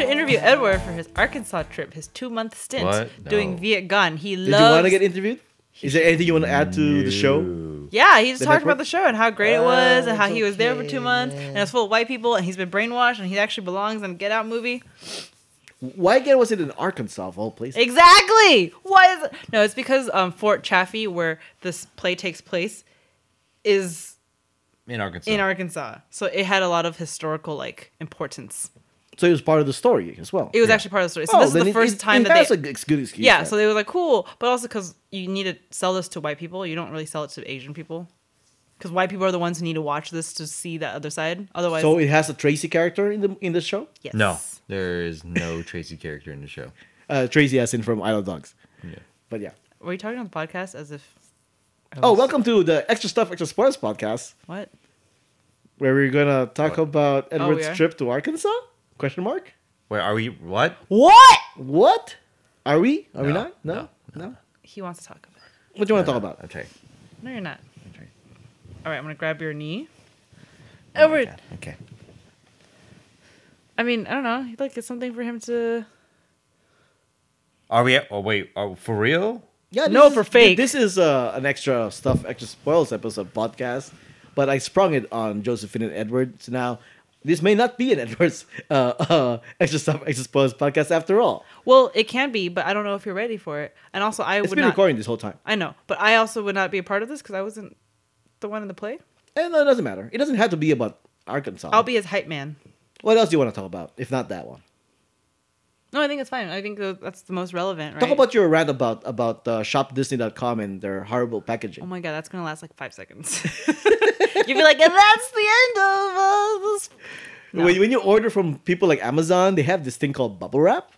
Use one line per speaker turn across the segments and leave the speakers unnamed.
interview Edward for his Arkansas trip, his two month stint
What? No.
doing Viet Gun. He
Did you want
loves.
to get interviewed? Is there anything you want to add to the show?
Ooh.
yeah, he just
the
talked about
network?
the show and how great it was,
Ah,
and how
it's
he was there for
okay,
two months, and it's full of white people, and he's been brainwashed, and he actually belongs in a Get Out movie.
Why again was it in Arkansas of all places?
Exactly. Why is it? No, it's because um, Fort Chaffee, where this play takes place, is
In Arkansas.
in Arkansas, so it had a lot of historical like importance.
So it was part of the story as well.
It was actually part of the
Oh,
story. So this is the first time that they
that's a g- good excuse.
yeah,
then.
so they were like, cool, but also because you need to sell this to white people. You don't really sell it to Asian people because white people are the ones who need to watch this to see the other side. Otherwise,
So it has a Tracy character in the in the show.
yes.
No, there is no Tracy character in the show.
Uh, Tracy as in from Idle Dogs.
Yeah.
But yeah.
Were you talking on the podcast as if? I
Oh,
was-
welcome to the Extra Stuff Extra Sports podcast,
What?
where we're gonna talk about
Oh, we
Edward's
are?
trip to Arkansas? Question mark.
Wait, are we what?
What?
What? Are we? Are we
No,
not? No. No.
He wants to talk about. it.
What do you want to talk about?
Okay.
No, you're not.
Okay.
All right, I'm gonna grab your knee.
Oh
Edward,
Okay.
I mean, I don't know. Like, it's something for him to.
Are we? Oh wait. Are we- for real?
Yeah. this
No,
is-
for fake.
This is uh, an Extra Stuff Extra Spoils episode podcast, but I sprung it on Josephine and Edward. So now. This may not be an Edward's uh, uh, extra stuff, extra spoils podcast after all.
Well, it can be, but I don't know if you're ready for it. And also, I
It's
would
been
not.
recording this whole time.
I know, but I also would not be a part of this because I wasn't the one in the play.
And no, it doesn't matter. It doesn't have to be about Arkansas.
I'll be his hype man.
What else do you want to talk about, if not that one?
No, I think it's fine. I think tho- that's the most relevant, right?
Talk about your rant about about uh, shopdisney.com and their horrible packaging.
Oh my god, that's gonna last like five seconds. You'd be like, and that's the end of uh, this. No.
when, when you order from people like Amazon, they have this thing called bubble wrap,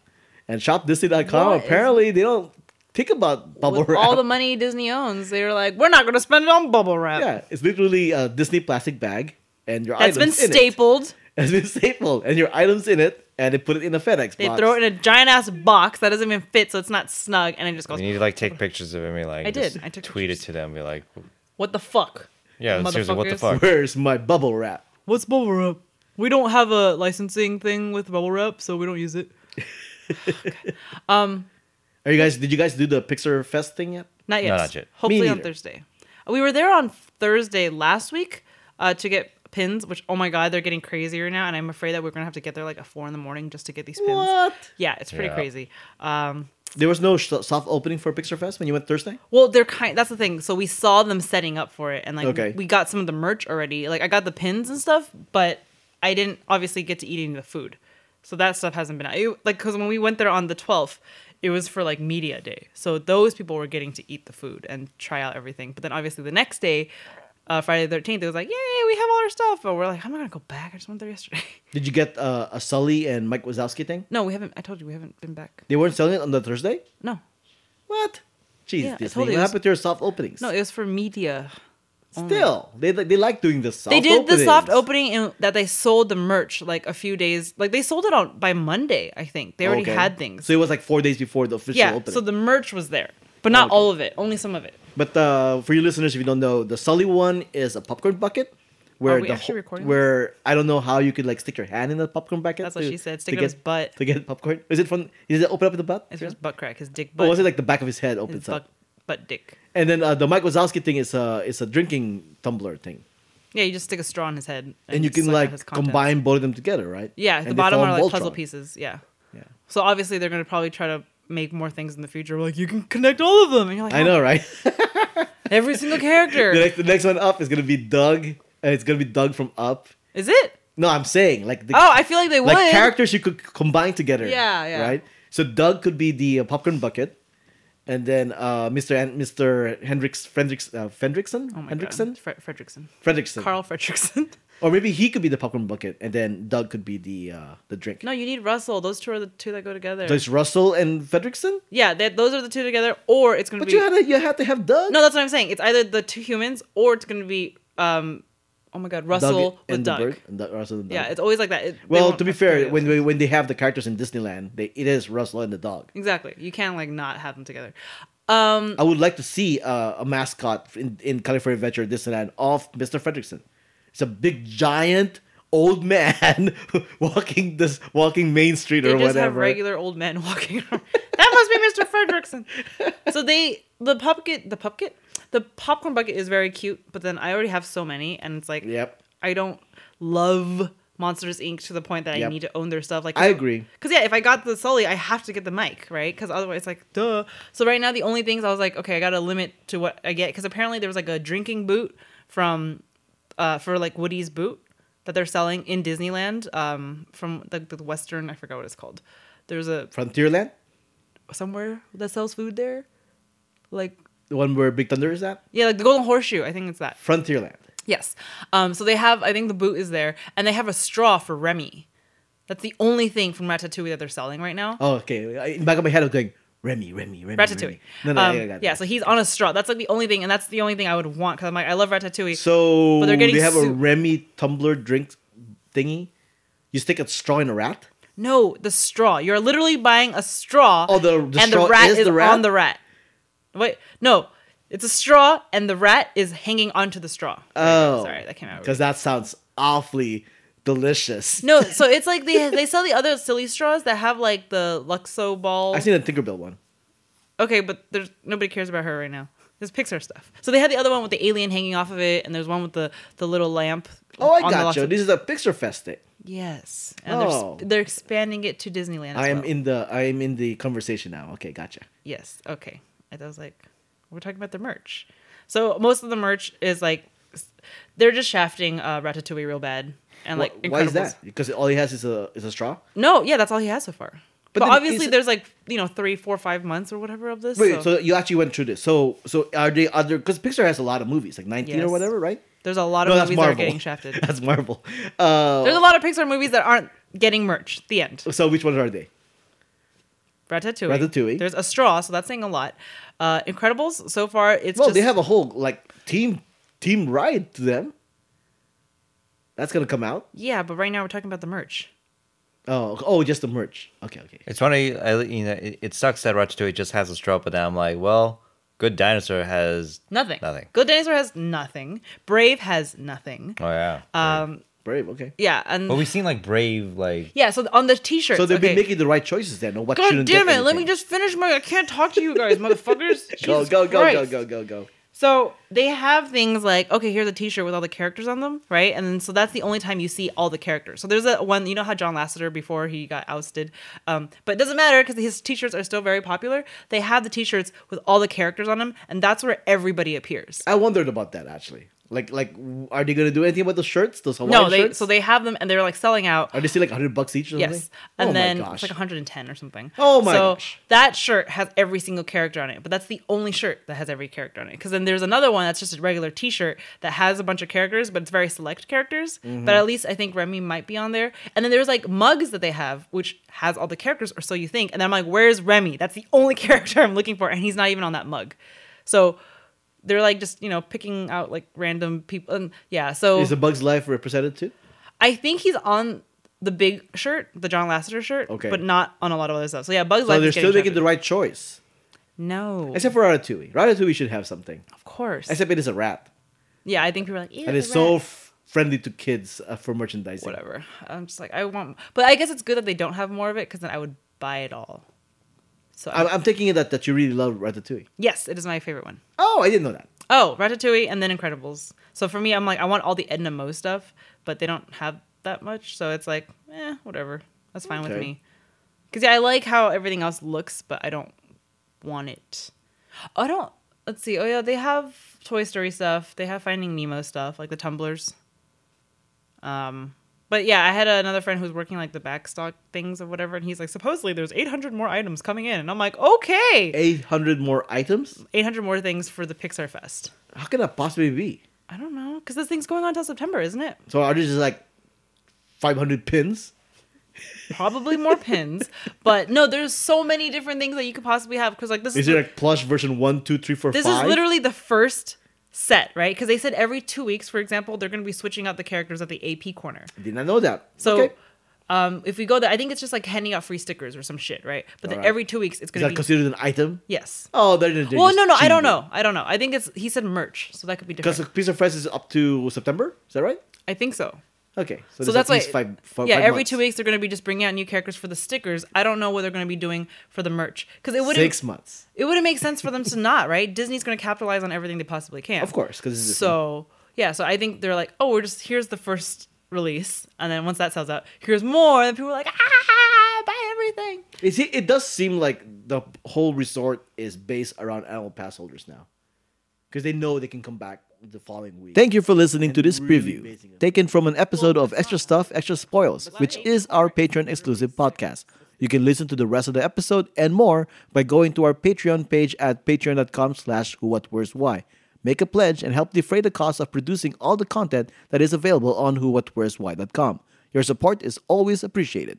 and shopdisney.com
What is-
apparently they don't think about bubble
With
wrap.
all the money Disney owns, they were like, we're not gonna spend it on bubble wrap.
yeah, it's literally a Disney plastic bag, and your
that's been
items in it.
stapled.
It's been stapled, and your items in it, and they put it in a FedEx
They
box.
throw it in a giant ass box that doesn't even fit, so it's not snug, and it just goes,
We need to like take pictures of it and be like,
I did.
just
I took
tweet
pictures.
it to them. And be like,
what the fuck?
yeah, seriously, what the
Motherfuckers.
fuck?
Where's my bubble wrap?
What's bubble wrap? We don't have a licensing thing with bubble wrap, so we don't use it. um,
Are you guys? Did you guys do the Pixar Fest thing yet?
not yet.
No, not yet.
Hopefully
Me
on
neither.
Thursday. We were there on Thursday last week uh, to get pins, which oh my god, they're getting crazier now, and I'm afraid that we're gonna have to get there like at four in the morning just to get these pins.
What?
Yeah, it's pretty
Yeah.
crazy. Um,
There was no sh- soft opening for Pixar Fest when you went Thursday.
well, they're kind. That's the thing. So we saw them setting up for it, and like
Okay.
we got some of the merch already. Like I got the pins and stuff, but I didn't obviously get to eat any of the food. So that stuff hasn't been out. It- like because when we went there on the twelfth, it was for like media day. So those people were getting to eat the food and try out everything. But then obviously the next day, uh, Friday the thirteenth, it was like, yay, we have all our stuff. But we're like, I'm not gonna go back. I just went there yesterday.
Did you get uh, a Sully and Mike Wazowski thing?
no, we haven't. I told you we haven't been back.
They weren't selling it on the Thursday.
No,
What? Jeez,
Yeah, I
Disney.
told
What
you it was-
happened to your soft openings?
no, it was for media. only.
still they they like doing the soft.
they did the soft
openings.
opening and that they sold the merch like a few days like they sold it on by monday i think they already
Okay.
had things
So it was like four days before the official
yeah
opening.
so the merch was there but not
Okay.
all of it only some of it
but uh, for you listeners, if you don't know, the Sully one is a popcorn bucket. Where
we
the
actually
whole-
recording this?
where I don't know how you could like stick your hand in the popcorn bucket.
that's what
to-
she said
to
stick it
get,
up his butt
to get popcorn. Is it from? Is it open up in the butt?
it's
Yeah.
his butt crack his dick butt
Or was it like the back of his head opens
his
up?
butt, butt dick
And then uh, the Mike Wazowski thing is a is a drinking tumbler thing,
yeah you just stick a straw in his head and,
and you can
suck out
like
his contents.
combine both of them together, right?
yeah
And
the
they
bottom
form
are like puzzle
Voltron.
pieces yeah
Yeah.
so obviously they're going to probably try to make more things in the future like you can connect all of them and you're like
I
"Oh,
know, right?
every single character
the, next, the next one up is gonna be Doug. and it's gonna be Doug from Up.
is it
No, I'm saying like the
oh i feel like they
like
would
characters you could c- combine together.
Yeah, yeah.
Right. So Doug could be the uh, popcorn bucket, and then uh, Mr. An- Mr. Hendricks Frendricks uh, Fendrickson
Oh my
Hendrickson
God. Fre- Fredrickson.
Fredrickson,
Carl Fredrickson.
or maybe he could be the popcorn bucket, and then Doug could be the uh, the drink.
no, you need Russell. Those two are the two that go together.
So it's Russell and Fredrickson.
yeah, that those are the two together, or it's gonna
But
be.
you had to, you had to have Doug.
no, that's what I'm saying. It's either the two humans, or it's gonna be. um Oh my God, Russell
Doug
with
and the
Doug.
bird, and Doug- Russell and Doug.
Yeah, it's always like that. It- they
well,
won't
to be
have three
fair,
of
when
them.
they, when they have the characters in Disneyland, they, it is Russell and the dog.
exactly you can like not have them together. Um,
I would like to see uh, a mascot in, in California Adventure Disneyland of Mr. Fredrickson. It's a big giant old man walking this walking Main Street
They
or
just have
whatever.
regular old men walking around. That must be Mr. Fredrickson. So they the pumpkin the pumpkin the popcorn bucket is very cute, but then I already have so many, and it's like
Yep.
I don't love Monsters Inc. to the point that
Yep.
I need to own their stuff. Like
I agree.
Because yeah, if I got the Sully, I have to get the mic, right? Because otherwise, it's like duh. So right now, the only things I was like, okay, I got to limit to what I get. Because apparently, there was like a drinking boot from, uh, for like Woody's boot that they're selling in Disneyland. Um, from the, the Western, I forgot what it's called. There's a
Frontierland,
somewhere that sells food there, like
the one where Big Thunder is at.
yeah, like the Golden Horseshoe. I think it's that.
Frontierland.
Yes. Um, so they have, I think the boot is there, and they have a straw for Remy. That's the only thing from Ratatouille that they're selling right now.
Oh, okay. I- In the back of my head, I'm going Remy, Remy, Remy.
Ratatouille.
Remy. No, no,
Um,
I got
yeah,
that.
so he's on a straw. That's like the only thing, and that's the only thing I would want because I'm like, I love Ratatouille.
So
But they're getting
they have a
sued.
Remy tumbler drink thingy. You stick a straw in a rat.
no, the straw. You're literally buying a straw.
Oh, the- the
and
straw
the rat
is
is,
the rat?
on the rat. Wait, no, it's a straw, and the rat is hanging onto the straw.
Oh,
sorry, that came out.
because that sounds awfully delicious.
No, so it's like they they sell the other silly straws that have like the Luxo ball.
I've seen a Tinkerbell one.
Okay, but there's nobody cares about her right now. There's Pixar stuff. So they had the other one with the alien hanging off of it, and there's one with the the little lamp.
Oh, I
on the
got you.
Luxo-
This is a Pixar Fest thing.
Yes, and
Oh.
they're sp- they're expanding it to Disneyland. As
I am
well.
in the I am in the conversation now. Okay, gotcha.
Yes. Okay. And I was like, we're talking about the merch. So most of the merch is like, s- they're just shafting uh, Ratatouille real bad, and like,
Wh- why is
Incredibles-
that? Because all he has is a is a straw.
No, yeah, that's all he has so far. But,
then
obviously,
is-
there's like you know three, four, five months or whatever of this.
Wait,
so,
so, you actually went through this. So so are they other? Because Pixar has a lot of movies, like nineteen or
Yes.
whatever, right?
there's a lot of
No, that's
movies that are
Marvel.
getting shafted.
that's Marvel. Uh,
There's a lot of Pixar movies that aren't getting merch. The end.
so which ones are they?
Ratatouille.
Ratatouille.
There's a straw, so that's saying a lot. Uh, Incredibles. So far, it's
Well,
just
they have a whole like team team ride to them. That's gonna come out.
yeah, but right now we're talking about the merch.
Oh, oh, just the merch. Okay, okay.
It's funny, I, you know, it, it sucks that Ratatouille just has a straw, but then I'm like, well, Good Dinosaur has
Nothing.
Nothing.
Good Dinosaur has nothing. Brave has nothing.
Oh yeah.
Um,
Brave. Okay.
yeah, and
but we've seen like Brave, like
yeah. So on the T-shirts.
Oh. So they've
okay.
been making the right choices then. on What
God
shouldn't get
damn it! Let me
anything.
just finish my. I can't talk to you guys, motherfuckers.
go
Jesus
go go go
Christ.
go go go.
So they have things like okay, here's a T-shirt with all the characters on them, right? And then, so that's the only time you see all the characters. So there's a one, you know how John Lasseter before he got ousted, um, but it doesn't matter because his T-shirts are still very popular. They have the T-shirts with all the characters on them, and that's where everybody appears.
I wondered about that actually. Like like, w- are they gonna do anything about the shirts? Those Hawaiian
no, they
shirts?
so they have them, and they're like selling out.
are they still like hundred bucks each? Or
Yes,
something?
and
oh
then
my
it's
gosh.
like 110 or something.
Oh my
So
gosh.
that shirt has every single character on it, but that's the only shirt that has every character on it. Because then there's another one that's just a regular T-shirt that has a bunch of characters, but it's very select characters.
Mm-hmm.
But at least I think Remy might be on there. And then there's like mugs that they have, which has all the characters, or so you think. And I'm like, where's Remy? That's the only character I'm looking for, and he's not even on that mug. So they're like just you know picking out like random people. And yeah, so
is the Bugs Life represented too?
I think he's on the big shirt, the John Lasseter shirt,
Okay.
but not on a lot of other stuff. So yeah, Bugs
So
Life
they're
is
still
getting
making the
shafted.
right choice,
No,
except for Ratatouille. Ratatouille should have something.
of course.
Except it is a rat,
yeah, I think people are like, Ew,
and
the
it's so
rat."
f- friendly to kids uh, for merchandising.
whatever. I'm just like, I want, but I guess it's good that they don't have more of it because then I would buy it all. So
I'm,
I-
I'm taking it that, that you really love Ratatouille.
yes, it is my favorite one.
Oh, I didn't know that.
Oh, Ratatouille and then Incredibles. So for me, I'm like, I want all the Edna Moe stuff, but they don't have that much. So it's like, eh, whatever. That's fine with
Okay.
me. Because yeah, I like how everything else looks, but I don't want it. I don't. Let's see. Oh yeah, they have Toy Story stuff. They have Finding Nemo stuff, like the tumblers. Um, but yeah, I had another friend who's working like the backstock things or whatever, and he's like, supposedly there's 800 more items coming in, and I'm like, okay,
Eight hundred more items.
800 more things for the Pixar Fest.
How can that possibly be?
I don't know, because this thing's going on until September, isn't it?
So are there just like five hundred pins?
Probably more pins, but no, there's so many different things that you could possibly have. Because like this
Is
is,
there like plush version one, two, three, four,
this
five?
is literally the first set, right? Because they said every two weeks, for example, they're going to be switching out the characters at the AP corner.
Did not know that.
So.
Okay.
Um, if we go there, I think it's just like handing out free stickers or some shit, right? But then
Alright.
every two weeks, it's
is
gonna
that
be
considered an item?
yes.
Oh, they're, they're
well,
just
no, no, I
cheating.
don't know, I don't know. I think it's he said merch, so that could be
Because
different.
the piece of press is up to September. Is that right?
I think so.
Okay, so,
So
there's
that's
at
why,
least five, five,
yeah,
five
every
months.
two weeks they're going to be just bringing out new characters for the stickers. I don't know what they're going to be doing for the merch because it wouldn't
six months,
it wouldn't make sense for them to not right. Disney's going to capitalize on everything they possibly can,
of course, because this is
So yeah, so I think they're like, oh, we're just here's the first release, and then once that sells out, here's more, and people are like, ah, buy everything.
It, se- it does seem like the whole resort is based around annual pass holders now, because they know they can come back the following week.
Thank you for listening to
And
this
really basing
preview,
it-
taken from an episode of Extra Stuff, Extra Spoils, which is our Patreon exclusive podcast. You can listen to the rest of the episode and more by going to our Patreon page at patreon.com slash who what where's why. Make a pledge and help defray the cost of producing all the content that is available on whowhatwhere'swhy.com. Your support is always appreciated.